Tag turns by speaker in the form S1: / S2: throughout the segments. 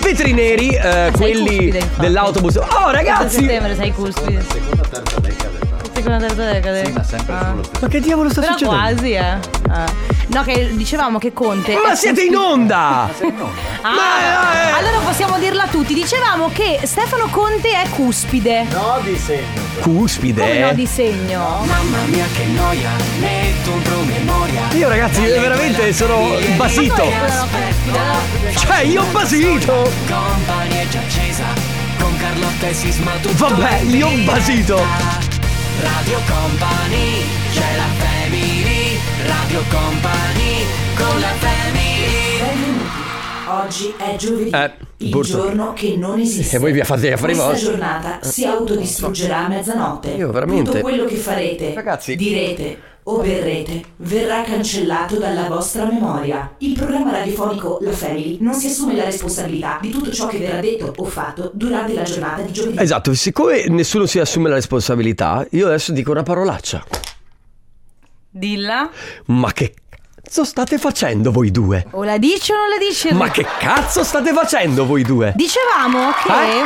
S1: Vetri neri, eh,
S2: Sei
S1: quelli
S2: cuspide, infatti.
S1: dell'autobus. Oh ragazzi!
S2: settembre sei cuspide.
S3: Seconda, terza decade.
S2: Seconda terza decade.
S3: Sì, ma sempre
S2: Ah.
S3: sullo stesso.
S1: Ma che diavolo sta
S2: Però
S1: succedendo?
S2: quasi, eh. Ah. No, che dicevamo che Conte.
S1: Ma
S2: è
S1: siete in onda!
S2: Ah,
S1: Ma, eh, eh.
S2: allora possiamo dirla a tutti. Dicevamo che Stefano Conte è cuspide.
S3: No, Eh. di segno.
S2: Come no,
S1: Cuspide! eh.
S2: di segno.
S4: Mamma mia che noia, metto un promemoria.
S1: Io ragazzi, veramente sono basito! Cioè, io basito!
S4: Company è già accesa, con Carlotta e Sisma tutto
S1: Vabbè,
S4: è
S1: io
S4: finita.
S1: basito!
S4: Radio Company, c'è la family, Radio Company, con la family.
S5: Oggi è giovedì,
S1: Eh,
S5: il
S1: brutto.
S5: giorno che non esiste.
S1: E voi vi fate gli affari
S5: Questa
S1: vostri.
S5: giornata si autodistruggerà a mezzanotte.
S1: Io veramente-
S5: Tutto quello che farete,
S1: Ragazzi.
S5: direte o berrete verrà cancellato dalla vostra memoria. Il programma radiofonico La Family non si assume la responsabilità di tutto ciò che verrà detto o fatto durante la giornata di giovedì.
S1: Esatto, siccome nessuno si assume la responsabilità, io adesso dico una parolaccia.
S2: Dilla.
S1: Ma che cazzo state facendo voi due?
S2: O la dici o non la dici?
S1: Ma che cazzo state facendo voi due?
S2: Dicevamo che
S1: Eh?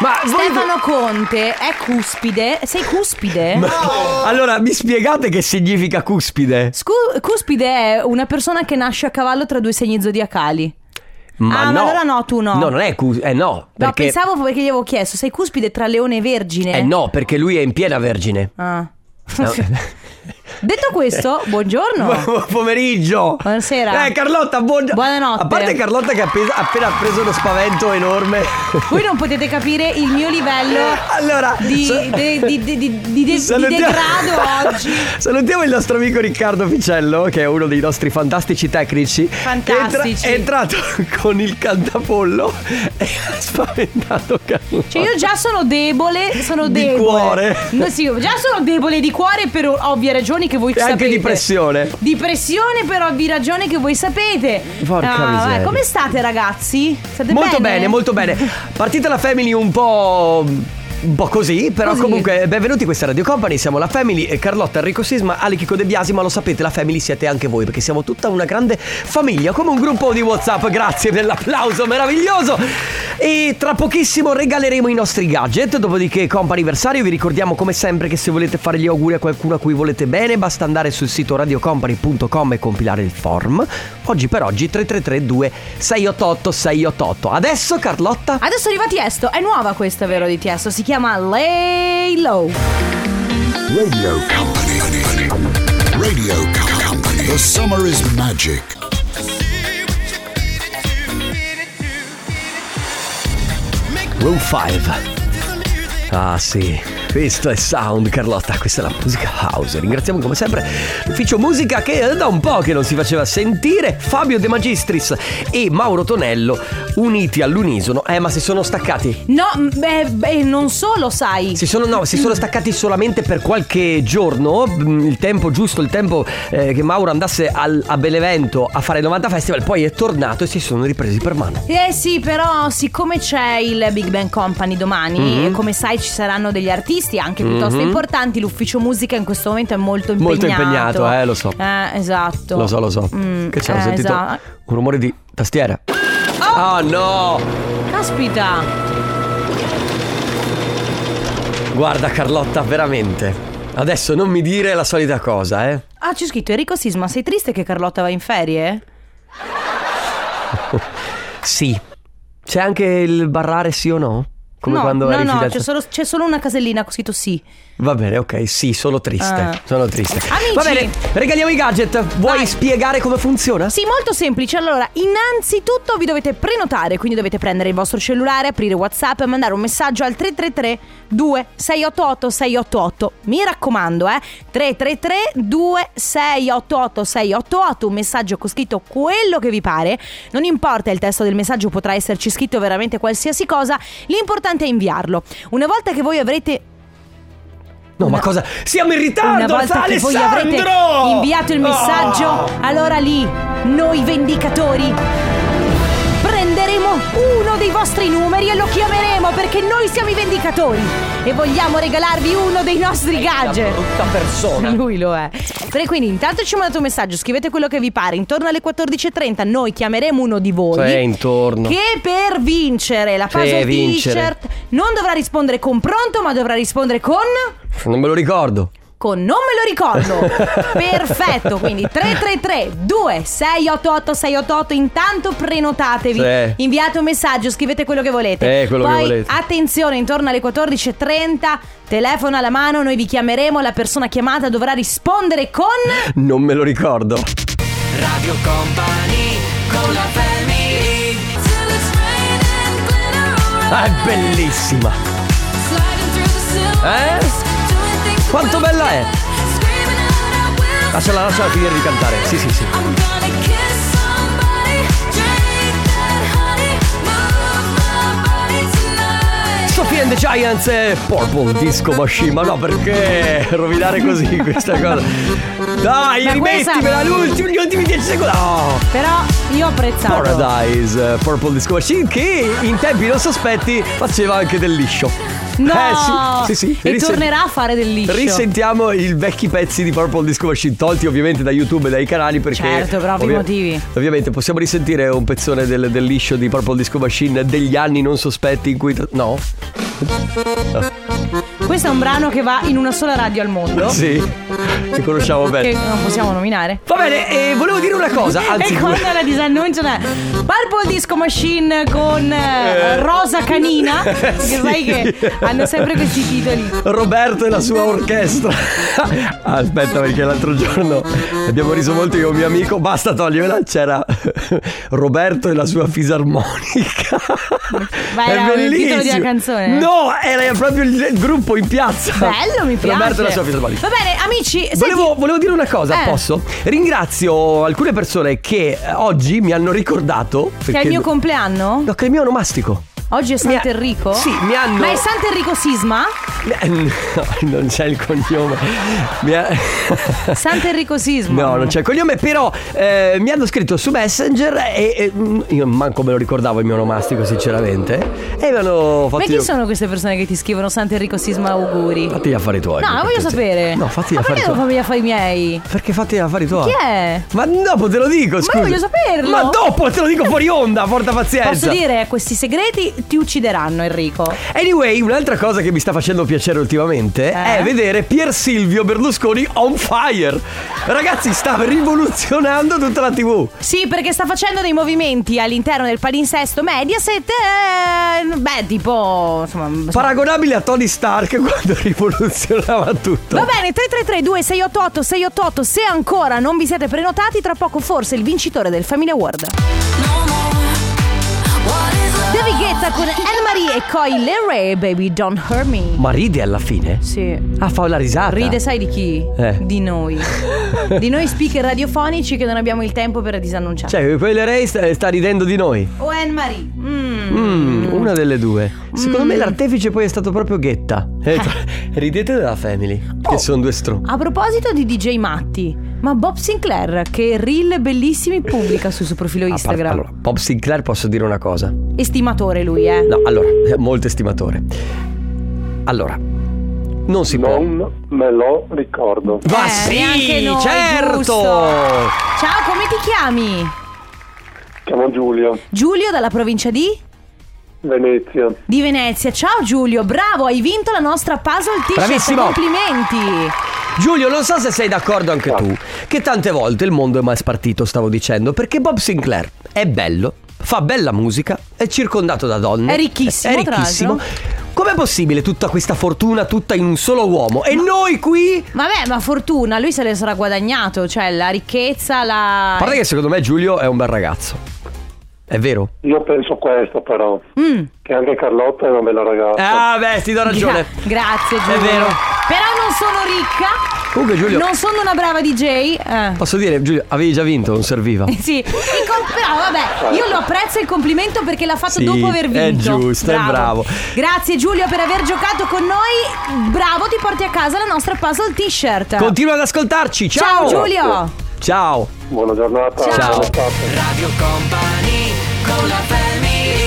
S1: Ma voi due-
S2: Stefano Conte è cuspide. Sei cuspide?
S1: Ma- Allora, mi spiegate che significa cuspide?
S2: Scu- cuspide è una persona che nasce a cavallo tra due segni zodiacali. Ah, ma allora no, tu no.
S1: No, non è cuspide. Eh no,
S2: No,
S1: perché...
S2: pensavo perché gli avevo chiesto, sei cuspide tra leone e vergine?
S1: Eh no, perché lui è in piena vergine.
S2: Ah.
S1: No.
S2: Detto questo, buongiorno.
S1: Buon pomeriggio.
S2: Buonasera.
S1: Eh, Carlotta, buongiorno.
S2: Buonanotte.
S1: A parte Carlotta che ha appes- appena preso uno spavento enorme.
S2: Voi non potete capire il mio livello
S1: Allora,
S2: di,
S1: sa-
S2: de- di- di- di- di- di
S1: Salutiamo-
S2: degrado oggi.
S1: Salutiamo il nostro amico Riccardo Ficello, che è uno dei nostri fantastici tecnici.
S2: Fantastici.
S1: Che È, entra- è entrato con il cantapollo e ha spaventato Carlotta.
S2: Cioè io già sono debole, sono
S1: Di
S2: debole.
S1: cuore.
S2: No, sì, già sono debole di cuore per ovvie ragioni che voi
S1: E
S2: sapete.
S1: anche di pressione.
S2: Di pressione per ovvie ragioni che voi sapete. Ah,
S1: Porca
S2: vabbè,
S1: miseria.
S2: Come state ragazzi? State
S1: Molto bene? molto bene. Partita la Family un po'. Un po' così, però
S2: Così.
S1: comunque benvenuti a questa Radio Company, siamo la Family, eh, Carlotta, Enrico Sisma, Ale Chico De Biasi, ma lo sapete, la Family siete anche voi, perché siamo tutta una grande famiglia, come un gruppo di Whatsapp, grazie per l'applauso meraviglioso! E tra pochissimo regaleremo i nostri gadget, dopodiché compa anniversario, vi ricordiamo come sempre che se volete fare gli auguri a qualcuno a cui volete bene, basta andare sul sito radiocompany.com e compilare il form. Oggi per oggi 3332 688 688. Adesso Carlotta
S2: Adesso arriva Tiesto, è nuova questa vero di Tiesto, si chiama Lay Low.
S6: Radio Company. Radio Company. The summer is magic.
S1: Row 5. Ah sì, questo è Sound Carlotta, questa è la musica house. Ringraziamo come sempre l'ufficio musica che è da un po' che non si faceva sentire, Fabio De Magistris e Mauro Tonello uniti all'unisono. Eh ma si sono staccati.
S2: No, m- beh, beh, non solo sai.
S1: Si sono, no, si sono staccati solamente per qualche giorno, mm, il tempo giusto, il tempo eh, che Mauro andasse al- a Benevento a fare il 90 Festival, poi è tornato e si sono ripresi per mano.
S2: Eh sì, però siccome c'è il Big Bang Company domani, e
S1: Mm-hmm.
S2: come sai ci saranno degli artisti anche piuttosto importanti, l'ufficio musica in questo momento è molto impegnato.
S1: Molto impegnato, eh, lo so.
S2: Eh, esatto.
S1: Lo so, lo so.
S2: Mm,
S1: che c'è? Ho
S2: eh,
S1: sentito
S2: esatto.
S1: un rumore di tastiera. Oh, no!
S2: Caspita,
S1: Guarda Carlotta, veramente. Adesso non mi dire la solita cosa, eh.
S2: ah c'è scritto Enrico Sisma, sei triste che Carlotta va in ferie?
S1: Sì. C'è anche il barrare sì o no? Come
S2: no,
S1: quando
S2: no,
S1: eri
S2: no,
S1: fidanzato.
S2: c'è solo, c'è solo una casellina con scritto sì.
S1: Va bene, ok, sì, sono triste.
S2: Ah.
S1: Sono triste.
S2: Amici!
S1: Va bene, regaliamo i gadget. Vuoi
S2: Vai.
S1: spiegare come funziona?
S2: Sì, molto semplice. Allora, innanzitutto vi dovete prenotare, quindi dovete prendere il vostro cellulare, aprire WhatsApp e mandare un messaggio al 333 2688 688. Mi raccomando, eh, 333 2688 688, un messaggio con scritto quello che vi pare. Non importa il testo del messaggio, potrà esserci scritto veramente qualsiasi cosa, l'importante è inviarlo. Una volta che voi avrete
S1: No, ma cosa? Siamo in ritardo,
S2: una
S1: fa
S2: volta che voi avrete
S1: Alessandro! Ah!
S2: inviato il messaggio,
S1: Oh!
S2: allora lì noi vendicatori prenderemo uno dei vostri numeri e lo chiameremo perché noi siamo i vendicatori e vogliamo regalarvi uno dei nostri gadget.
S1: brutta persona.
S2: Lui lo è. Pre- quindi intanto ci mandate un messaggio, scrivete quello che vi pare. Intorno alle 14.30 noi chiameremo uno di voi.
S1: Sì, intorno.
S2: Che per vincere la
S1: Sì,
S2: puzzle
S1: vincere.
S2: t-shirt non dovrà rispondere con pronto, ma dovrà rispondere con.
S1: Non me lo ricordo.
S2: Con non me lo ricordo. Perfetto, quindi 333 2688 688 intanto prenotatevi.
S1: Sì.
S2: Inviate un messaggio, scrivete quello che volete.
S1: Eh, quello che
S2: Poi
S1: volete.
S2: attenzione, intorno alle 14:30 telefono alla mano, noi vi chiameremo, la persona chiamata dovrà rispondere con
S1: Non me lo ricordo.
S4: Radio Company con la family
S1: Ah, è bellissima. Eh? Quanto bella è? Lasciala, lasciala finire di cantare. Sì, sì, sì. Sophie and the Giants e Purple Disco Machine. Ma no, perché rovinare così questa cosa? Dai,
S2: Ma
S1: rimettimela
S2: questa-
S1: l'ultimo, gli ultimi 10 secondi. Oh.
S2: Però io ho apprezzato.
S1: Paradise, eh, Purple Disco Machine che in tempi non sospetti faceva anche del liscio.
S2: No!
S1: Eh sì, sì, sì.
S2: E
S1: Risen-
S2: tornerà a fare del liscio.
S1: Risentiamo i vecchi pezzi di Purple Disco Machine tolti ovviamente da YouTube e dai canali perché
S2: Certo, per ovvi motivi.
S1: Ovviamente possiamo risentire un pezzone del, del liscio di Purple Disco Machine degli anni non sospetti in cui tra- no?
S2: Questo è un brano che va in una sola radio al mondo.
S1: Sì. Che conosciamo bene.
S2: Che non possiamo nominare.
S1: Va bene, e volevo dire una cosa, anzi
S2: e quando la disannunciano è Purple Disco Machine con eh, Rosa Canina Perché
S1: sì.
S2: sai che hanno sempre questi titoli
S1: Roberto e la sua orchestra. Aspetta, perché l'altro giorno abbiamo riso molto io e un mio amico. Basta toglierla. C'era Roberto e la sua fisarmonica.
S2: Ma era il titolo di una canzone?
S1: No, era proprio il, il gruppo in piazza.
S2: Bello, mi piace
S1: Roberto e la sua fisarmonica.
S2: Va bene, amici, senti,
S1: Volevo, volevo dire una cosa,
S2: Eh.
S1: posso? Ringrazio alcune persone che eh, oggi mi hanno ricordato.
S2: che è
S1: perché-
S2: il mio compleanno?
S1: No, che è il mio onomastico.
S2: Oggi è
S1: Mi ha-
S2: Sant'Enrico?
S1: Sì, mi hanno-
S2: Ma è Sant'Enrico Sisma?
S1: Eh, no, non c'è il cognome. Mi ha-
S2: Sant'Enrico Sisma
S1: No, non c'è il cognome, però eh, mi hanno scritto su Messenger e, e, mm, io manco me lo ricordavo il mio nomastico, sinceramente. E mi hanno fatto.
S2: Ma chi sono queste persone che ti scrivono Sant'Enrico Sisma auguri?
S1: Fatti gli affari tuoi.
S2: No,
S1: per
S2: voglio
S1: piacere.
S2: sapere
S1: No, fatti Ah. gli
S2: Ma
S1: affari
S2: perché devo
S1: tuoi.
S2: farmi gli affari miei?
S1: Perché fatti gli affari tuoi?
S2: Chi è?
S1: Ma dopo te lo dico, scusa.
S2: voglio saperlo.
S1: Ma dopo te lo dico fuori onda, porta pazienza.
S2: Posso dire, questi segreti ti uccideranno Enrico
S1: Anyway, un'altra cosa che mi sta facendo piacere ultimamente
S2: Eh?
S1: è vedere Pier Silvio Berlusconi on fire. Ragazzi, sta rivoluzionando tutta la TV.
S2: Sì, perché sta facendo dei movimenti all'interno del palinsesto Mediaset. eh, beh, tipo. Insomma. insomma.
S1: Paragonabile a Tony Stark quando rivoluzionava tutto.
S2: Va bene, 333 688 688 Se ancora non vi siete prenotati, tra poco forse il vincitore del Family Award. David Guetta con Anne-Marie e Coy Leray, baby, don't hurt me.
S1: Ma ride alla fine?
S2: Sì.
S1: Ah, fa la risata.
S2: Ride, sai di chi?
S1: Eh.
S2: Di noi. di noi speaker radiofonici che non abbiamo il tempo per disannunciare.
S1: Cioè, quelle Ray sta, sta ridendo di noi.
S2: O Anne-Marie. Mm.
S1: Mm, Una delle due. Secondo me l'artefice poi è stato proprio Ghetta. Eh, Ridete della Family,
S2: Oh.
S1: che sono due stro.
S2: A proposito di DJ Matti, ma Bob Sinclair, che reel bellissimi pubblica sul suo profilo
S1: A parte-
S2: Instagram.
S1: Allora, Bob Sinclair posso dire una cosa.
S2: Estimatore lui, eh.
S1: No, allora, è molto estimatore. Allora, non si può.
S7: Non me lo ricordo.
S1: Ma
S2: Eh, neanche
S1: sì,
S2: noi,
S1: certo!
S2: giusto. Ciao, come ti chiami?
S7: Chiamo Giulio,
S2: Giulio dalla provincia di?
S7: Venezia.
S2: Di Venezia. Ciao Giulio, bravo, hai vinto la nostra puzzle t-shirt.
S1: Bravissimo.
S2: Complimenti.
S1: Giulio, non so se sei d'accordo anche tu, che tante volte il mondo è mai spartito, stavo dicendo, perché Bob Sinclair è bello, fa bella musica, è circondato da donne.
S2: È ricchissimo,
S1: È
S2: tra
S1: ricchissimo. Com'è possibile tutta questa fortuna tutta in un solo uomo? E noi qui...
S2: Vabbè, ma fortuna, lui se le sarà guadagnato, cioè la ricchezza, la...
S1: A parte che secondo me Giulio è un bel ragazzo. È vero?
S7: Io penso questo però,
S2: Mm.
S7: che anche Carlotta è una bella ragazza.
S1: Ah, beh, ti do ragione.
S2: Oh. Gra- grazie Giulio.
S1: vero.
S2: Però non sono ricca.
S1: Comunque Giulio,
S2: Non sono una brava DJ. eh.
S1: posso dire, Giulio, avevi già vinto, non serviva.
S2: Sì, il com- però vabbè, io lo apprezzo il complimento perché l'ha fatto
S1: Sì,
S2: dopo aver vinto.
S1: è giusto, è bravo.
S2: Grazie Giulio per aver giocato con noi. Bravo, ti porti a casa la nostra puzzle t-shirt.
S1: Continua ad ascoltarci, ciao!
S2: Ciao Giulio.
S1: Ciao!
S7: Buona giornata.
S1: Ciao.
S7: buona estate.
S4: Radio Company con la family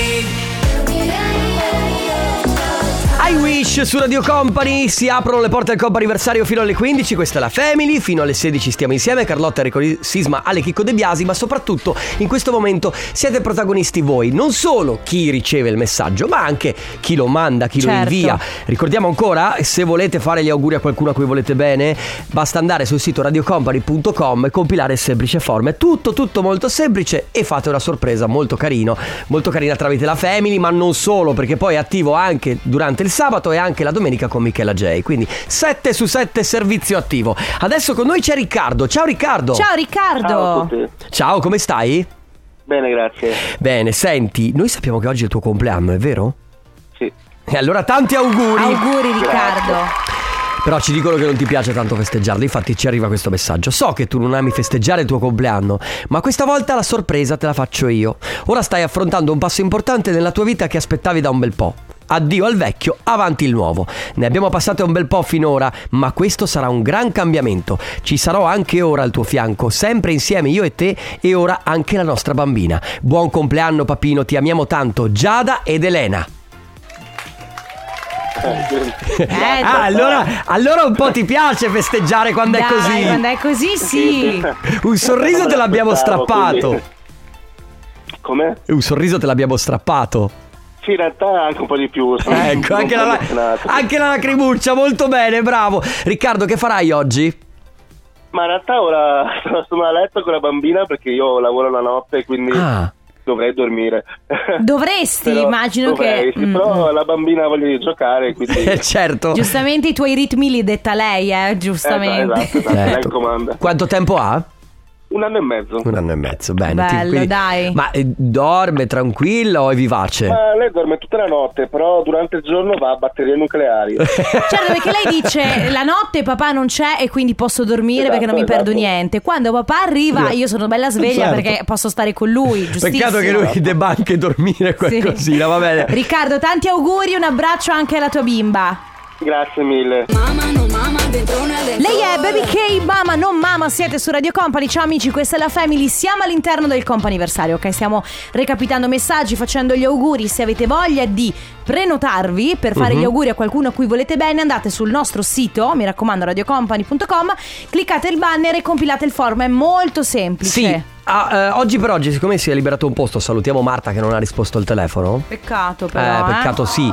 S1: I Wish su Radio Company si aprono le porte del Coppa anniversario fino alle 15, questa è la Family, fino alle 16 stiamo insieme, Carlotta, Enrico Sisma, Ale Chicco De Biasi, ma soprattutto in questo momento siete protagonisti voi, non solo chi riceve il messaggio, ma anche chi lo manda, chi lo
S2: Certo.
S1: invia. Ricordiamo ancora, se volete fare gli auguri a qualcuno a cui volete bene, basta andare sul sito radiocompany.com e compilare il semplice form. È tutto, tutto molto semplice e fate una sorpresa molto carino, molto carina tramite la Family, ma non solo, perché poi è attivo anche durante il sabato e anche la domenica con Michela J. Quindi 7 su 7 servizio attivo. Adesso con noi c'è Riccardo. Ciao Riccardo.
S2: Ciao Riccardo.
S8: Ciao a tutti.
S1: Ciao, come stai?
S8: Bene, grazie.
S1: Bene, senti, noi sappiamo che oggi è il tuo compleanno, è vero?
S8: Sì.
S1: E allora tanti
S2: Auguri Riccardo.
S1: Però ci dicono che non ti piace tanto festeggiarlo, infatti ci arriva questo messaggio. So che tu non ami festeggiare il tuo compleanno, ma questa volta la sorpresa te la faccio io. Ora stai affrontando un passo importante nella tua vita che aspettavi da un bel po'. Addio al vecchio, avanti il nuovo. Ne abbiamo passate un bel po' finora, ma questo sarà un gran cambiamento. Ci sarò anche ora al tuo fianco, sempre insieme io e te e ora anche la nostra bambina. Buon compleanno papino, ti amiamo tanto, Giada ed Elena.
S2: Eh,
S1: Ah, allora, allora un po' ti piace festeggiare quando
S2: dai,
S1: è così.
S2: Quando è così sì.
S1: Un sorriso te l'abbiamo
S8: Aspettavo,
S1: strappato.
S8: quindi- Come?
S1: Un sorriso te l'abbiamo strappato.
S8: Sì, in realtà anche un po' di più. sono un
S1: Ecco,
S8: po'
S1: anche la,
S8: emozionato.
S1: anche la lacrimuccia, molto bene, bravo. Riccardo, che farai oggi?
S8: Ma in realtà ora sono a letto con la bambina perché io lavoro la notte, quindi
S1: Ah.
S8: dovrei dormire.
S2: Dovresti,
S8: Però-
S2: immagino
S8: dovrei,
S2: che
S8: sì,
S2: Mm,
S8: però la bambina ha voglia di giocare, quindi...
S1: Eh, certo.
S2: giustamente i tuoi ritmi li detta lei, eh,
S8: Eh,
S2: giustamente.
S8: esatto, esatto,
S1: Certo.
S8: lei comanda.
S1: Quanto tempo ha?
S8: Un anno e mezzo.
S1: Un anno e mezzo, bene. ti-
S2: Bello, dai.
S1: Ma eh, dorme tranquilla o è vivace?
S8: Ma lei dorme tutta la notte, però durante il giorno va a batterie nucleari.
S2: Certo, perché lei dice la notte papà non c'è e quindi posso dormire
S8: Esatto,
S2: perché non mi perdo
S8: esatto.
S2: niente. Quando papà arriva io sono bella sveglia
S1: Certo.
S2: perché posso stare con lui, giustissimo.
S1: Peccato che lui debba anche dormire
S2: Sì.
S1: qualcosina, va bene.
S2: Riccardo, tanti auguri, un abbraccio anche alla tua bimba.
S8: Grazie mille.
S2: Lei è Baby K, mamma, non mamma, siete su Radio Company. Ciao amici, questa è la Family. Siamo all'interno del comp'anniversario, ok? Stiamo recapitando messaggi, facendo gli auguri. Se avete voglia di prenotarvi per fare
S1: Mhm.
S2: gli auguri a qualcuno a cui volete bene, andate sul nostro sito, mi raccomando, radiocompany.com, cliccate il banner e compilate il form, è molto semplice.
S1: Sì. ah, eh, oggi per oggi, siccome si è liberato un posto, salutiamo Marta che non ha risposto al telefono.
S2: Peccato
S1: Eh,
S2: però, eh.
S1: peccato sì.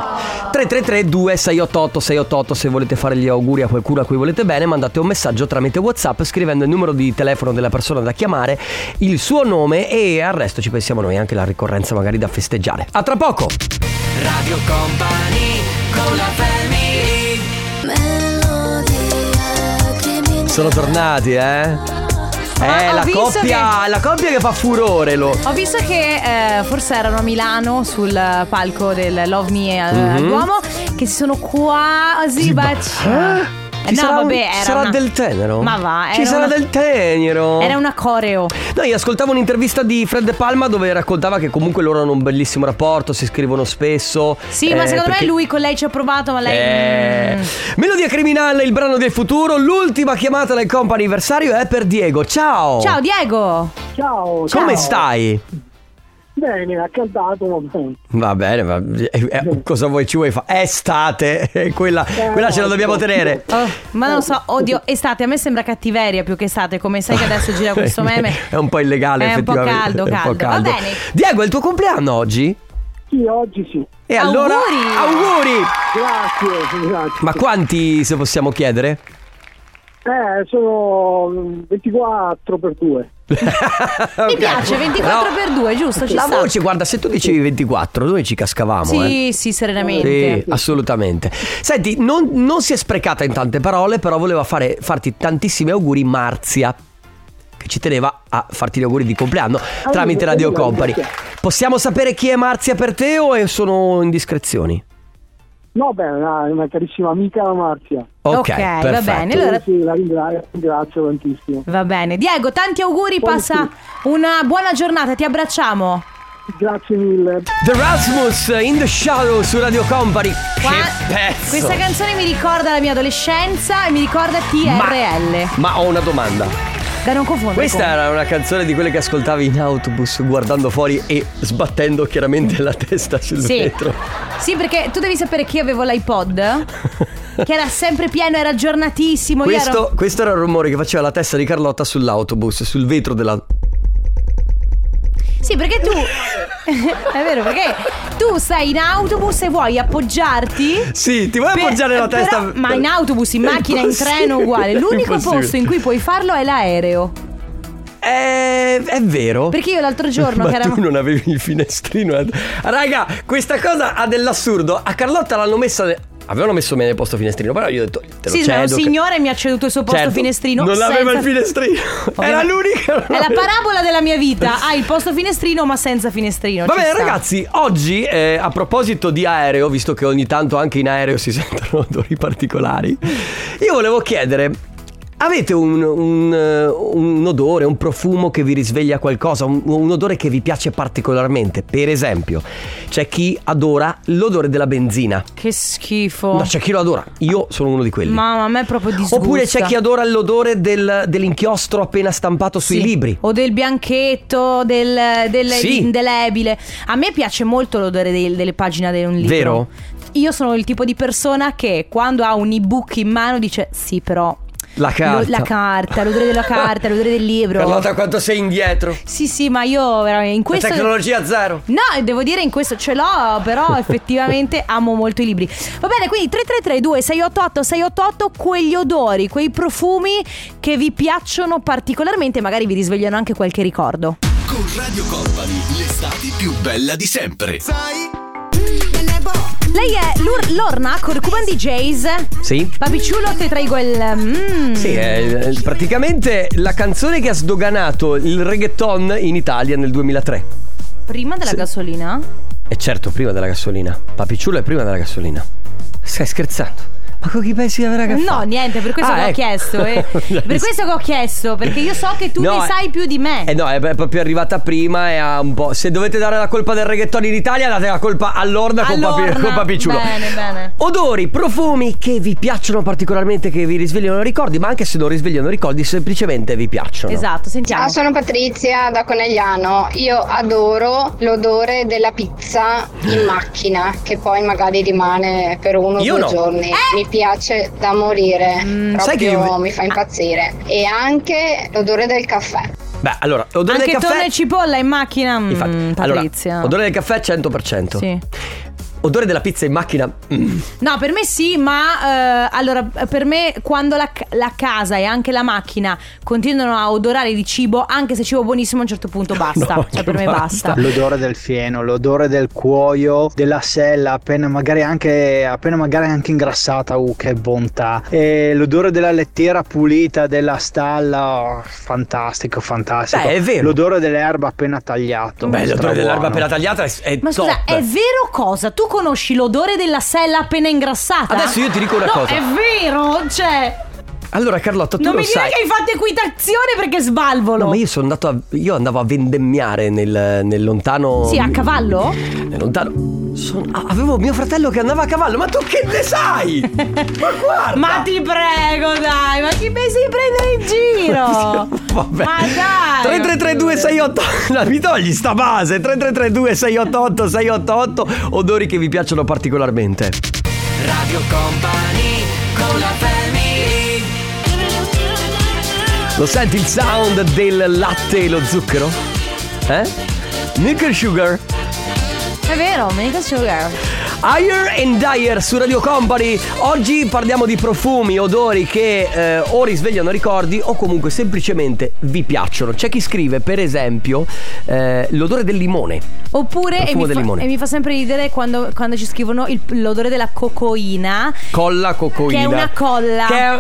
S1: 333 2688 688 se volete fare gli auguri a qualcuno a cui volete bene, mandate un messaggio tramite WhatsApp scrivendo il numero di telefono della persona da chiamare, il suo nome e al resto ci pensiamo noi, anche la ricorrenza magari da festeggiare. A tra poco.
S4: Radio Company con la family
S1: Sono tornati, eh? Eh,
S2: Ah, ho
S1: la
S2: visto
S1: coppia, la coppia che fa furore lo.
S2: Ho visto che eh, forse erano a Milano sul palco del Love Me al
S1: Mhm.
S2: al Duomo che si sono quasi baciati.
S1: eh? Ci
S2: Eh, no,
S1: sarà un-
S2: vabbè,
S1: ci
S2: era
S1: sarà
S2: una-
S1: del tenero.
S2: Ma va,
S1: Ci
S2: era
S1: sarà
S2: una-
S1: del tenero.
S2: Era una coreo.
S1: No, io ascoltavo un'intervista di Fred De Palma dove raccontava che comunque loro hanno un bellissimo rapporto, si scrivono spesso.
S2: Sì, ma
S1: eh,
S2: secondo
S1: perché-
S2: me lui con lei ci ha provato, ma lei. mm.
S1: Eh. Melodia Criminale, il brano del futuro. L'ultima chiamata del comp anniversario è per Diego. Ciao!
S2: Ciao Diego!
S9: Ciao,
S1: Come stai?
S9: Bene, accaldato, va bene.
S1: Va bene, va- eh, eh, cosa vuoi ci vuoi fare? Estate, eh, quella, quella ce la dobbiamo tenere.
S2: Oh, ma non lo so, odio, estate, a me sembra cattiveria più che estate, come sai che adesso gira questo meme.
S1: è un po' illegale,
S2: È un po'
S1: effettivamente.
S2: caldo,
S1: È un po'
S2: caldo. Va
S1: caldo.
S2: bene.
S1: Diego, è il tuo compleanno oggi?
S9: Sì, oggi sì.
S1: E allora
S2: Auguri!
S1: auguri!
S9: Grazie, grazie.
S1: Ma quanti se possiamo chiedere?
S9: Eh, sono 24 per 2.
S2: Mi piace, 24
S1: No.
S2: per 2, giusto? Ci
S1: La
S2: sta.
S1: voce, guarda, se tu dicevi 24, noi ci cascavamo, eh.
S2: Sì, sì, serenamente.
S1: Sì, assolutamente. Senti, non, non si è sprecata in tante parole, però voleva fare- farti tantissimi auguri Marzia, che ci teneva a farti gli auguri di compleanno tramite Radio Company. Possiamo sapere chi è Marzia per te o è- sono indiscrezioni?
S9: No, beh, è una, una carissima amica la Marzia.
S2: Ok, va
S1: perfetto.
S2: bene. Allora-
S9: Sì, sì, la ringra- la ringrazio tantissimo.
S2: Va bene, Diego, tanti auguri, passa una buona giornata, ti abbracciamo.
S9: Grazie mille.
S1: The Rasmus in the Shadow su Radio Company.
S2: Qua-
S1: che pezzo!
S2: Questa canzone mi ricorda la mia adolescenza e mi ricorda TRL.
S1: Ma ho una domanda.
S2: Da non confondere.
S1: Questa era una canzone di quelle che ascoltavi in autobus guardando fuori e sbattendo chiaramente la testa sul
S2: con- sì.
S1: vetro.
S2: sì, perché tu devi sapere che io avevo l'iPod. che era sempre pieno, era aggiornatissimo. Io ero...
S1: Questo, questo era il rumore che faceva la testa di Carlotta sull'autobus, sul vetro della...
S2: Sì, perché tu. È vero, perché tu sei in autobus e vuoi appoggiarti.
S1: Sì, ti vuoi
S2: Per-
S1: appoggiare la
S2: eh, però-
S1: testa?
S2: Ma in autobus, in
S1: È
S2: macchina, in
S1: impossibile,
S2: treno uguale.
S1: è
S2: L'unico
S1: impossibile.
S2: posto in cui puoi farlo è l'aereo.
S1: Eh, è vero.
S2: Perché io l'altro giorno
S1: Ma
S2: che eravamo-
S1: tu non avevi il finestrino. ad- Raga, questa cosa ha dell'assurdo. A Carlotta l'hanno messa. ne- Avevano messo me nel posto finestrino, però io ho detto. Te lo
S2: Sì, ma
S1: cedo,
S2: un
S1: che-
S2: signore mi ha ceduto il suo posto
S1: Certo,
S2: finestrino.
S1: Non aveva il
S2: senza-
S1: finestrino. Era l'unica.
S2: È la parabola della mia vita. Hai il posto finestrino, ma senza finestrino.
S1: Va
S2: Ci
S1: bene
S2: sta.
S1: ragazzi, oggi eh, a proposito di aereo, visto che ogni tanto anche in aereo si sentono odori particolari, io volevo chiedere, avete un, un, eh, un odore, un profumo che vi risveglia qualcosa, un, un odore che vi piace particolarmente? Per esempio, c'è chi adora l'odore della benzina,
S2: Che schifo.
S1: no c'è chi lo adora, io sono uno di quelli.
S2: Mamma, a me è proprio Oh. disgusta.
S1: Oppure c'è chi adora l'odore del- dell'inchiostro appena stampato sui
S2: Sì.
S1: libri.
S2: O del bianchetto, del, del-
S1: Sì.
S2: dell'indelebile. A me piace molto l'odore dei- delle pagine di un libro.
S1: Vero?
S2: Io sono il tipo di persona che quando ha un ebook in mano dice sì, però.
S1: La carta.
S2: Lo- la carta, l'odore della carta, l'odore del libro.
S1: Carlotta, quanto sei indietro?
S2: Sì, sì, ma io veramente in questo.
S1: La tecnologia zero.
S2: No, devo dire in questo ce l'ho, però effettivamente amo molto i libri. Va bene, quindi 3332 688 688 quegli odori, quei profumi che vi piacciono particolarmente, magari vi risvegliano anche qualche ricordo.
S4: Con Radio Company, l'estate più bella di sempre.
S2: Lei è Lur- Lorna con Cuban DJs.
S1: Sì?
S2: Papicciulo te traigo il mm.
S1: Sì, è eh, praticamente la canzone che ha sdoganato il reggaeton in Italia nel 2003.
S2: prima della gasolina.
S1: E certo, prima della gasolina. Papicciullo è prima della gasolina. Stai scherzando? Ma con chi pensi di aver
S2: No, niente, per questo
S1: Ah,
S2: che ho
S1: ecco.
S2: chiesto. eh. per questo che ho chiesto, perché io so che tu
S1: No,
S2: ne
S1: eh.
S2: sai più di me.
S1: Eh no, è è proprio arrivata prima e ha un po'. Se dovete dare la colpa del reggaeton in Italia, date la colpa all'orda con,
S2: All'orna.
S1: papi, con papicciulo.
S2: Bene, bene.
S1: Odori, profumi che vi piacciono particolarmente, che vi risvegliano ricordi, ma anche se non risvegliano ricordi, semplicemente vi piacciono.
S2: Esatto, sentiamo.
S10: Ciao, Ah, sono Patrizia da Conegliano. Io adoro l'odore della pizza in macchina, che poi magari rimane per uno o
S1: Io
S10: due
S1: no. Eh!
S10: giorni. Mi piace da morire,
S2: Mm,
S1: sai che
S10: proprio
S1: io- Ah.
S10: mi fa impazzire. E anche l'odore del caffè.
S1: Beh, allora, odore
S2: Anche
S1: del caffè.
S2: tonno e cipolla in macchina. mm,
S1: Infatti, allora,
S2: Patrizia.
S1: odore del caffè 100%.
S2: Sì.
S1: Odore della pizza in macchina. mm.
S2: No, per me sì, ma eh, allora per me quando la, ca- la casa e anche la macchina continuano a odorare di cibo, anche se cibo buonissimo a un certo punto basta.
S1: No,
S2: cioè per me
S1: basta.
S2: basta.
S11: L'odore del fieno, l'odore del cuoio, della sella, appena magari anche, appena magari anche ingrassata, uh, che bontà. E l'odore della lettiera pulita, della stalla, oh, fantastico, fantastico.
S1: Beh, è vero.
S11: L'odore dell'erba appena tagliato.
S1: Beh, l'odore
S11: strabuono.
S1: dell'erba appena tagliata è, è
S2: Ma scusa,
S1: top.
S2: è vero cosa? Tu conosci l'odore della sella appena ingrassata?
S1: Adesso io ti dico una
S2: No,
S1: cosa.
S2: È vero, cioè,
S1: Allora, Carlotta, tu
S2: non
S1: lo
S2: mi dire
S1: sai.
S2: che hai fatto equitazione perché sbalvolo.
S1: No, ma io sono andato a. Io andavo a vendemmiare nel, nel lontano.
S2: Sì, a cavallo?
S1: Nel lontano. son- ah, avevo mio fratello che andava a cavallo, ma tu che ne sai? ma guarda!
S2: Ma ti prego, dai, ma chi pensi di prendere in giro?
S1: Vabbè.
S2: Ma dai!
S1: 333268 No, mi togli sta base 3332688688 688 Odori che vi piacciono particolarmente
S4: Radio Company, con la family.
S1: Lo senti il sound del latte e lo zucchero? Eh? Milk and Sugar
S2: È vero, me ne sugar.
S1: Higher and Dyer su Radio Company. Oggi parliamo di profumi, odori che eh, o risvegliano ricordi o comunque semplicemente vi piacciono. C'è chi scrive, per esempio, eh, l'odore del limone.
S2: Oppure, e
S1: Profumo
S2: mi,
S1: del
S2: fa,
S1: limone.
S2: e mi fa sempre ridere quando, quando ci scrivono il- l'odore della cocoina.
S1: Colla cocoina.
S2: Che è una colla.
S1: Che è.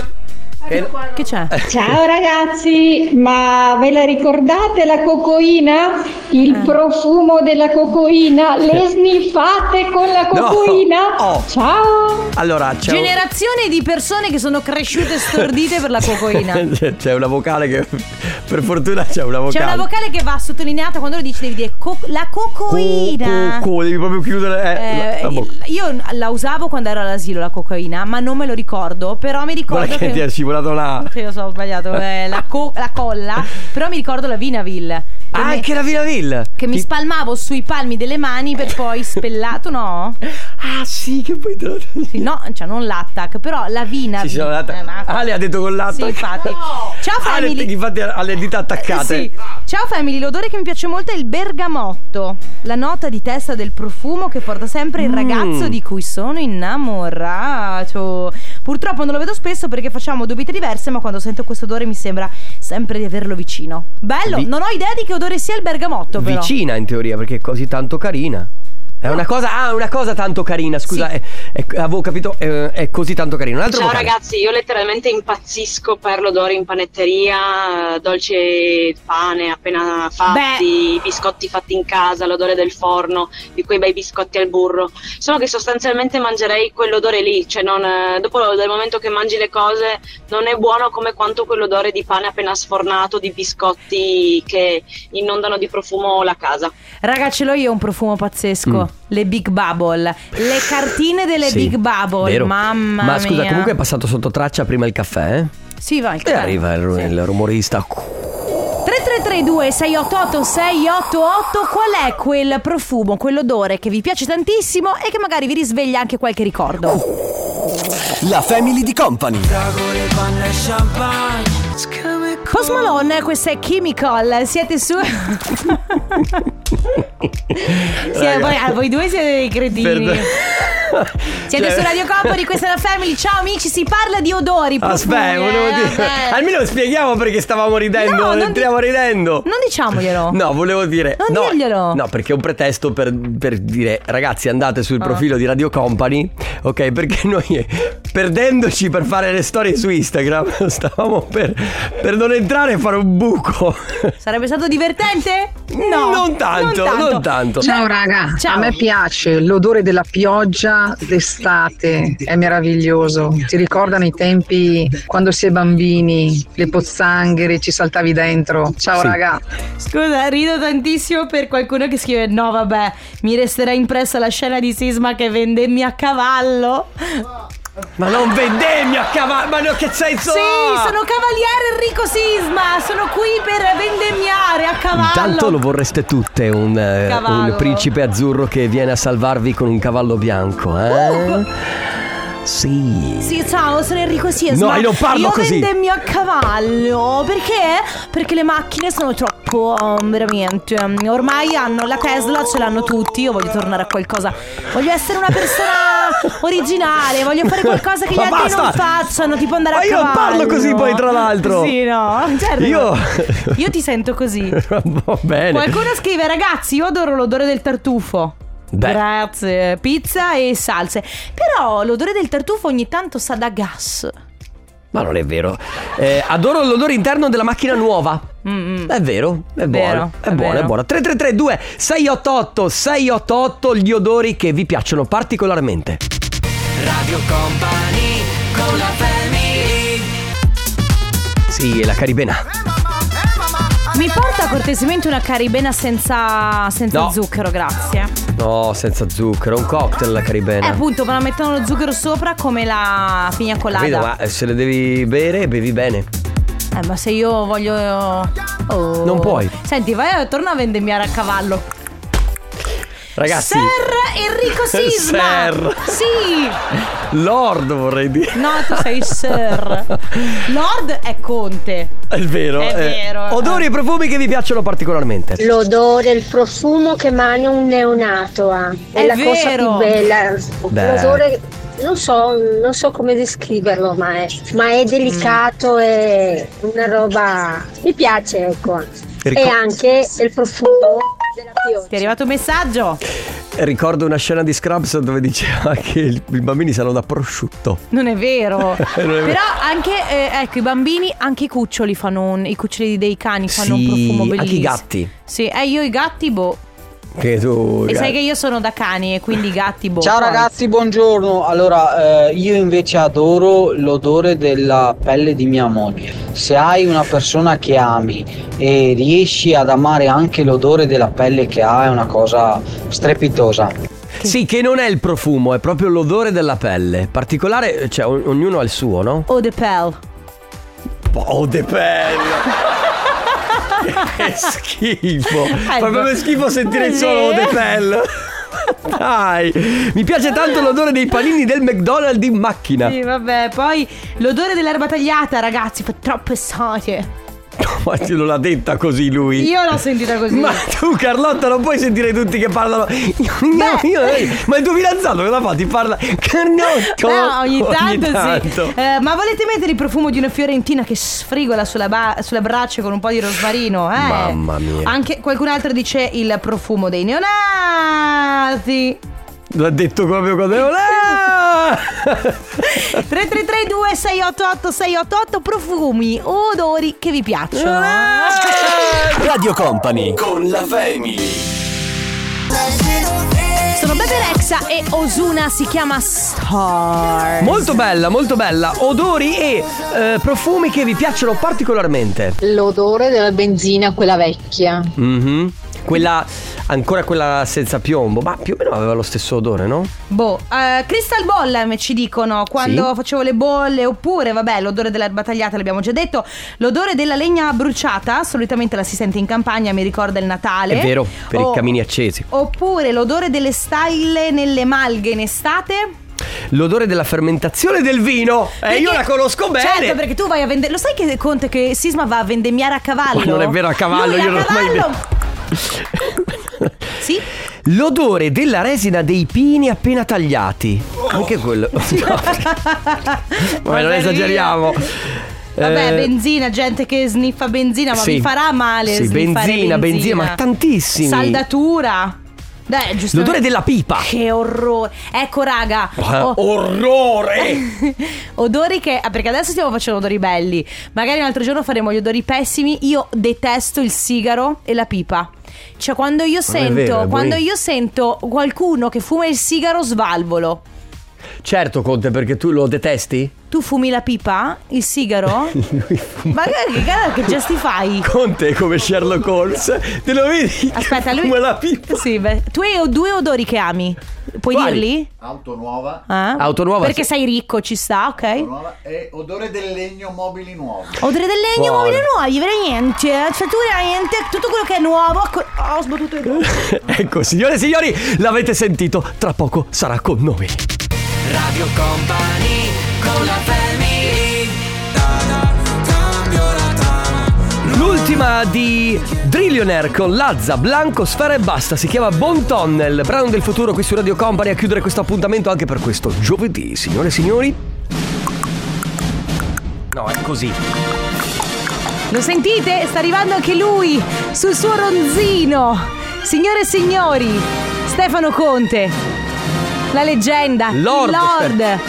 S1: Eh, che-
S2: Che c'è?
S10: Ciao ragazzi, ma ve la ricordate la cocoina?
S1: eh.
S10: Il profumo della cocoina? Le sniffate con la
S1: No. cocoina? Oh.
S10: Ciao!
S1: Allora, c'è. un-
S2: Generazione di persone che sono cresciute stordite per la cocoina.
S1: C'è- c'è una vocale che. Per fortuna c'è una vocale.
S2: C'è una vocale che va sottolineata quando lo dici, devi dire co- la cocoina.
S1: Co- co- co- devi proprio chiudere. eh, la-
S2: Eh,
S1: la bocca.
S2: io la usavo quando ero all'asilo la cocaina, ma non me lo ricordo. Però mi ricordo
S1: Guarda che ti è Donà.
S2: Sì, lo so, ho sbagliato. eh, la, co- la colla. Però mi ricordo la Vinaville. Che
S1: Ah,
S2: me-
S1: anche la Villa Ville.
S2: Che mi
S1: Ti-
S2: spalmavo sui palmi delle mani per poi spellato, no?
S1: Ah, sì, che poi te
S2: Sì, no, cioè non l'attac, però la vina.
S1: Sì, sì, no, l'attac-
S2: Eh, l'attac.
S1: Ale ha detto con l'attac.
S2: Sì, infatti. Ciao
S1: Ale,
S2: family. Eh,
S1: infatti ha le dita attaccate.
S2: Sì. Ciao family, l'odore che mi piace molto è il bergamotto, la nota di testa del profumo che porta sempre il
S12: Mm.
S2: ragazzo di cui sono innamorato. Purtroppo non lo vedo spesso perché facciamo due vite diverse, ma quando sento questo odore mi sembra sempre di averlo vicino. Bello,
S1: Vi-
S2: non ho idea di che odore sia il bergamotto però.
S1: Vicina in teoria perché è così tanto carina. È una cosa, ah, una cosa tanto carina, scusa, è- è- avevo capito, è, è così tanto carina. Un altro
S13: Ciao
S1: vocale.
S13: ragazzi, io letteralmente impazzisco per l'odore in panetteria, dolce pane appena fatti, biscotti fatti in casa, l'odore del forno, di quei bei biscotti al burro. Solo che sostanzialmente mangerei quell'odore lì, cioè non, eh, dopo dal momento che mangi le cose non è buono come quanto quell'odore di pane appena sfornato, di biscotti che inondano di profumo la casa.
S2: Raga, ce l'ho io un profumo pazzesco. Le Big Bubble. Le cartine delle
S1: Mm. Sì,
S2: Big Bubble.
S1: vero.
S2: Mamma
S1: Ma scusa,
S2: mia.
S1: comunque è passato sotto traccia prima il caffè, eh?
S2: Sì, vai.
S1: E arriva il, ru- il rumorista.
S2: 3332 688 688 Qual è quel profumo, quell'odore che vi piace tantissimo e che magari vi risveglia anche qualche ricordo?
S4: La family di company.
S2: Post Malone, questa è Chemical. Siete su. Siete- voi, ah, voi due siete dei cretini.
S1: Perdo-
S2: Siete
S1: Cioè-
S2: su Radio Company, questa è la Family. Ciao amici, si parla di odori. profumi,
S1: Aspetta, Ah, volevo
S2: eh,
S1: dire. Ah,
S2: vabbè.
S1: Almeno lo spieghiamo perché stavamo ridendo.
S2: No, non di-
S1: entriamo ridendo.
S2: Non diciamoglielo.
S1: No, volevo dire.
S2: Non
S1: no,
S2: dirglielo.
S1: No, perché è un pretesto per, per dire, ragazzi, andate sul
S2: Ah.
S1: profilo di Radio Company. Ok, perché noi perdendoci per fare le storie su Instagram, stavamo per, per non entrare e fare un buco.
S2: Sarebbe stato divertente? No. Cioè,
S1: Non tanto, non tanto.
S14: Ciao raga, a me piace l'odore della pioggia d'estate, è meraviglioso. Ti ricordano i tempi quando si è bambini, le pozzanghere, ci saltavi dentro. Ciao
S2: Sì.
S14: raga.
S2: Scusa, rido tantissimo per qualcuno che scrive: No, vabbè, mi resterà impressa la scena di Sisma che vendemmi a cavallo.
S1: Ma non vendemmia a cavallo, ma no, che senso
S2: ah. Sì,
S1: ha?
S2: sono cavaliere Enrico Sisma. Sono qui per vendemmiare a cavallo.
S1: Intanto lo vorreste tutte un, eh,
S2: Cavallo.
S1: un principe azzurro che viene a salvarvi con un cavallo bianco, eh?
S2: Uh.
S1: Sì.
S2: Sì, ciao, sono Enrico Sisma.
S1: No, io non parlo
S2: Io
S1: così.
S2: vendemmio a cavallo. Perché? Perché le macchine sono troppo. um, veramente. um, Ormai hanno la Tesla, ce l'hanno tutti. Io voglio tornare a qualcosa. Voglio essere una persona originale. Voglio fare qualcosa che gli
S1: Ma
S2: altri
S1: basta.
S2: non facciano. Tipo andare
S1: Ma
S2: a
S1: io
S2: cavallo.
S1: non parlo così poi, tra l'altro.
S2: Sì, no. Certo.
S1: Io-
S2: Io ti sento così.
S1: Va bene.
S2: Qualcuno scrive, ragazzi, io adoro l'odore del tartufo.
S1: Beh.
S2: Grazie, pizza e salse. Però l'odore del tartufo ogni tanto sa da gas.
S1: Ma non è vero. Eh, adoro l'odore interno della macchina nuova.
S2: Mm, mm.
S1: È vero, è,
S2: È
S1: buono.
S2: vero,
S1: È,
S2: è
S1: buono, è
S2: vero.
S1: buono. 3332 688 688 gli odori che vi piacciono particolarmente.
S4: Radio Company con la family.
S1: Sì, è la caribena.
S2: Mi porta cortesemente una caribena senza, senza
S1: No.
S2: zucchero, grazie.
S1: No, senza zucchero, un cocktail la
S2: Eh,
S1: caribena.
S2: appunto, me la mettono lo zucchero sopra come la pina colada.
S1: Capito, ma eh, se le devi bere, bevi bene.
S2: Eh, ma se io voglio. Oh.
S1: Non puoi.
S2: Senti, vai, torna a vendemmiare a cavallo.
S1: Ragazzi,
S2: Sir Enrico Sisma.
S1: Sir.
S2: Sì.
S1: Lord vorrei dire.
S2: No, tu sei Sir. Lord è Conte.
S1: È vero.
S2: È vero, eh.
S1: Odori e profumi che vi piacciono particolarmente.
S15: L'odore, il profumo che emana un neonato ha. È,
S2: È
S15: la cosa
S2: vero.
S15: più bella.
S1: Beh.
S15: L'odore, non so, non so come descriverlo, ma è, ma è
S2: Mm.
S15: delicato, è una roba. Mi piace, ecco.
S1: Ricor-
S15: e anche il profumo.
S2: Ti è arrivato un messaggio?
S1: Ricordo una scena di Scrubs dove diceva che il- i bambini sanno da prosciutto.
S2: Non è
S1: Non
S2: vero.
S1: è vero.
S2: Però anche, eh, ecco, i bambini, anche i cuccioli fanno un. I cuccioli dei cani fanno
S1: Sì,
S2: un profumo
S1: anche i
S2: bellissimo.
S1: gatti.
S2: Sì, eh, io i gatti, boh.
S1: Che tu.
S2: E sai che io sono da cani e quindi i gatti, boh.
S16: Ciao
S2: poi.
S16: ragazzi, buongiorno. Allora, eh, io invece adoro l'odore della pelle di mia moglie. Se hai una persona che ami e riesci ad amare anche l'odore della pelle che ha, è una cosa strepitosa.
S1: Sì, che non è il profumo, è proprio l'odore della pelle. Particolare, cioè o- ognuno ha il suo, no?
S2: Oh, the pell.
S1: po' de pelle. Che schifo.
S2: Eh,
S1: Fa proprio schifo sentire il suono oh, de pelle. Dai, mi piace tanto l'odore dei panini del McDonald's in macchina.
S2: Sì, vabbè, poi l'odore dell'erba tagliata, ragazzi, fa troppe storie.
S1: Ma te l'ha detta così lui.
S2: Io l'ho sentita così.
S1: Ma tu Carlotta non puoi sentire tutti che parlano Io- io- io- Ma il tuo fidanzato cosa fa? Ti parla Carlotto
S2: No, ogni tanto,
S1: tanto.
S2: sì. Eh, ma volete mettere il profumo di una fiorentina che sfrigola sulla, ba- sulle braccia con un po' di rosmarino? Eh?
S1: Mamma mia.
S2: Anche qualcun altro dice il profumo dei neonati.
S1: L'ha detto proprio con
S2: 3332 688 688 profumi, odori che vi piacciono.
S4: Radio Company con la family.
S2: Sono Bebe Rexha e Osuna si chiama Star.
S1: Molto bella, molto bella. Odori e eh, profumi che vi piacciono particolarmente.
S12: L'odore della benzina, quella vecchia.
S1: Mhm. Quella ancora quella senza piombo, ma più o meno aveva lo stesso odore, no?
S2: Boh, eh, Crystal Ball mi ci dicono quando
S1: Sì.
S2: facevo le bolle oppure vabbè l'odore dell'erba tagliata l'abbiamo già detto, l'odore della legna bruciata solitamente la si sente in campagna, mi ricorda il Natale.
S1: È vero, per
S2: O-
S1: i camini accesi.
S2: Oppure l'odore delle stalle nelle malghe in estate.
S1: L'odore della fermentazione del vino. Eh, io
S2: Perché-
S1: la conosco bene.
S2: Certo, perché tu vai a vendere. Lo sai che Conte che Sisma va a vendemmiare a cavallo?
S1: Ma non è vero, a cavallo,
S2: Lui
S1: io non
S2: a
S1: l'ho mai
S2: cavallo.
S1: L'odore della resina dei pini appena tagliati.
S2: Oh.
S1: Anche quello. No, ma non
S2: per
S1: esageriamo.
S2: Vabbè,
S1: Eh,
S2: benzina, gente che sniffa benzina, ma
S1: sì.
S2: vi farà male.
S1: Sì,
S2: sniffare
S1: benzina, benzina, ma tantissimi.
S2: Saldatura. Dai, giusto.
S1: L'odore della pipa.
S2: Che orrore. Ecco, raga.
S1: Ah,
S2: oh,
S1: Orrore!
S2: odori che. ah, Perché adesso stiamo facendo odori belli. Magari un altro giorno faremo gli odori pessimi. Io detesto il sigaro e la pipa. Cioè, quando
S1: Non
S2: io
S1: è
S2: sento.
S1: vero, è
S2: quando
S1: buoni-
S2: io sento qualcuno che fuma il sigaro, svalvolo.
S1: Certo, Conte, perché tu lo detesti?
S2: Tu fumi la pipa? Il sigaro?
S1: Lui
S2: Ma che, che, cara- che gesti fai?
S1: Conte è come Sherlock Holmes. Te lo vedi?
S2: Aspetta, lui.
S1: la pipa.
S2: Sì, beh. Tu hai o- due odori che ami. Puoi
S1: Quali?
S2: dirli?
S17: Auto nuova.
S2: Eh?
S1: Auto nuova,
S2: Perché
S1: sì.
S2: sei ricco, ci sta, ok?
S17: nuova e odore del legno mobili nuovi.
S2: Odore del legno,
S1: Buono.
S2: mobili nuovi, veramente. Cioè, tu veramente. Tutto quello che è nuovo. co- oh, ho sbattuto i due.
S1: Ecco, signore e signori, l'avete sentito. Tra poco sarà con noi.
S4: Radio Company con la family. Cambio la trama.
S1: L'ultima di Drillionaire con Lazza, Blanco, Sfera e Basta si chiama Bon Tunnel, brano del futuro qui su Radio Company a chiudere questo appuntamento anche per questo giovedì, signore e signori. No, è così.
S2: Lo sentite? Sta arrivando anche lui sul suo ronzino. Signore e signori, Stefano Conte, la leggenda, il
S18: Lord,
S2: Lord,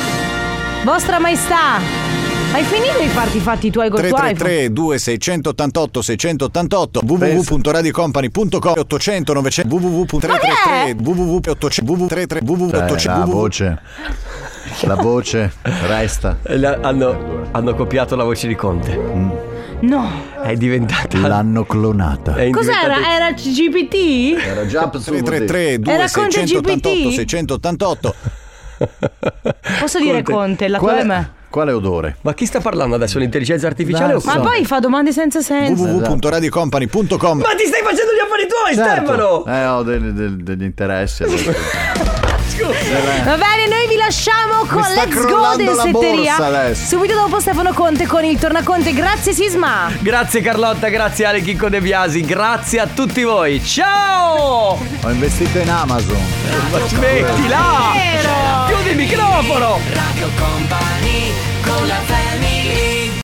S2: Vostra Maestà. Hai finito di farti i fatti tuoi col tuo iPhone?
S18: 333 2688 688 www.radiocompany.com 800 900
S2: Eh!
S18: www.333 www.800
S17: la voce. La voce resta.
S1: Eh, hanno, hanno copiato la voce di Conte.
S2: No.
S1: È diventata...
S17: L'hanno clonata.
S1: È
S2: Cos'era? Era GPT?
S17: Era già
S18: 333
S2: Era Conte
S18: 2688
S2: GPT?
S18: 688
S2: Posso dire Conte, la tua è me?
S1: Quale odore? Ma chi sta parlando adesso? L'intelligenza artificiale
S18: Non
S1: o
S18: so.
S2: Ma poi fa domande senza senso.
S18: www.radiocompany.com
S1: Ma ti stai facendo gli affari tuoi, Stefano!
S17: Eh, ho degli, degli- degli interessi. Scusa.
S2: Va bene, noi vi lasciamo con
S17: sta
S2: Let's Go
S17: crollando
S2: del
S17: la
S2: Setteria.
S17: borsa adesso.
S2: Subito dopo Stefano Conte con il Tornaconte. Grazie Sisma.
S1: Grazie Carlotta, grazie Ale Chicco De Biasi, grazie a tutti voi. Ciao!
S17: Ho investito in Amazon.
S1: Smettila!
S4: Vero!
S1: Chiudi il microfono!
S4: Radio Company con la family.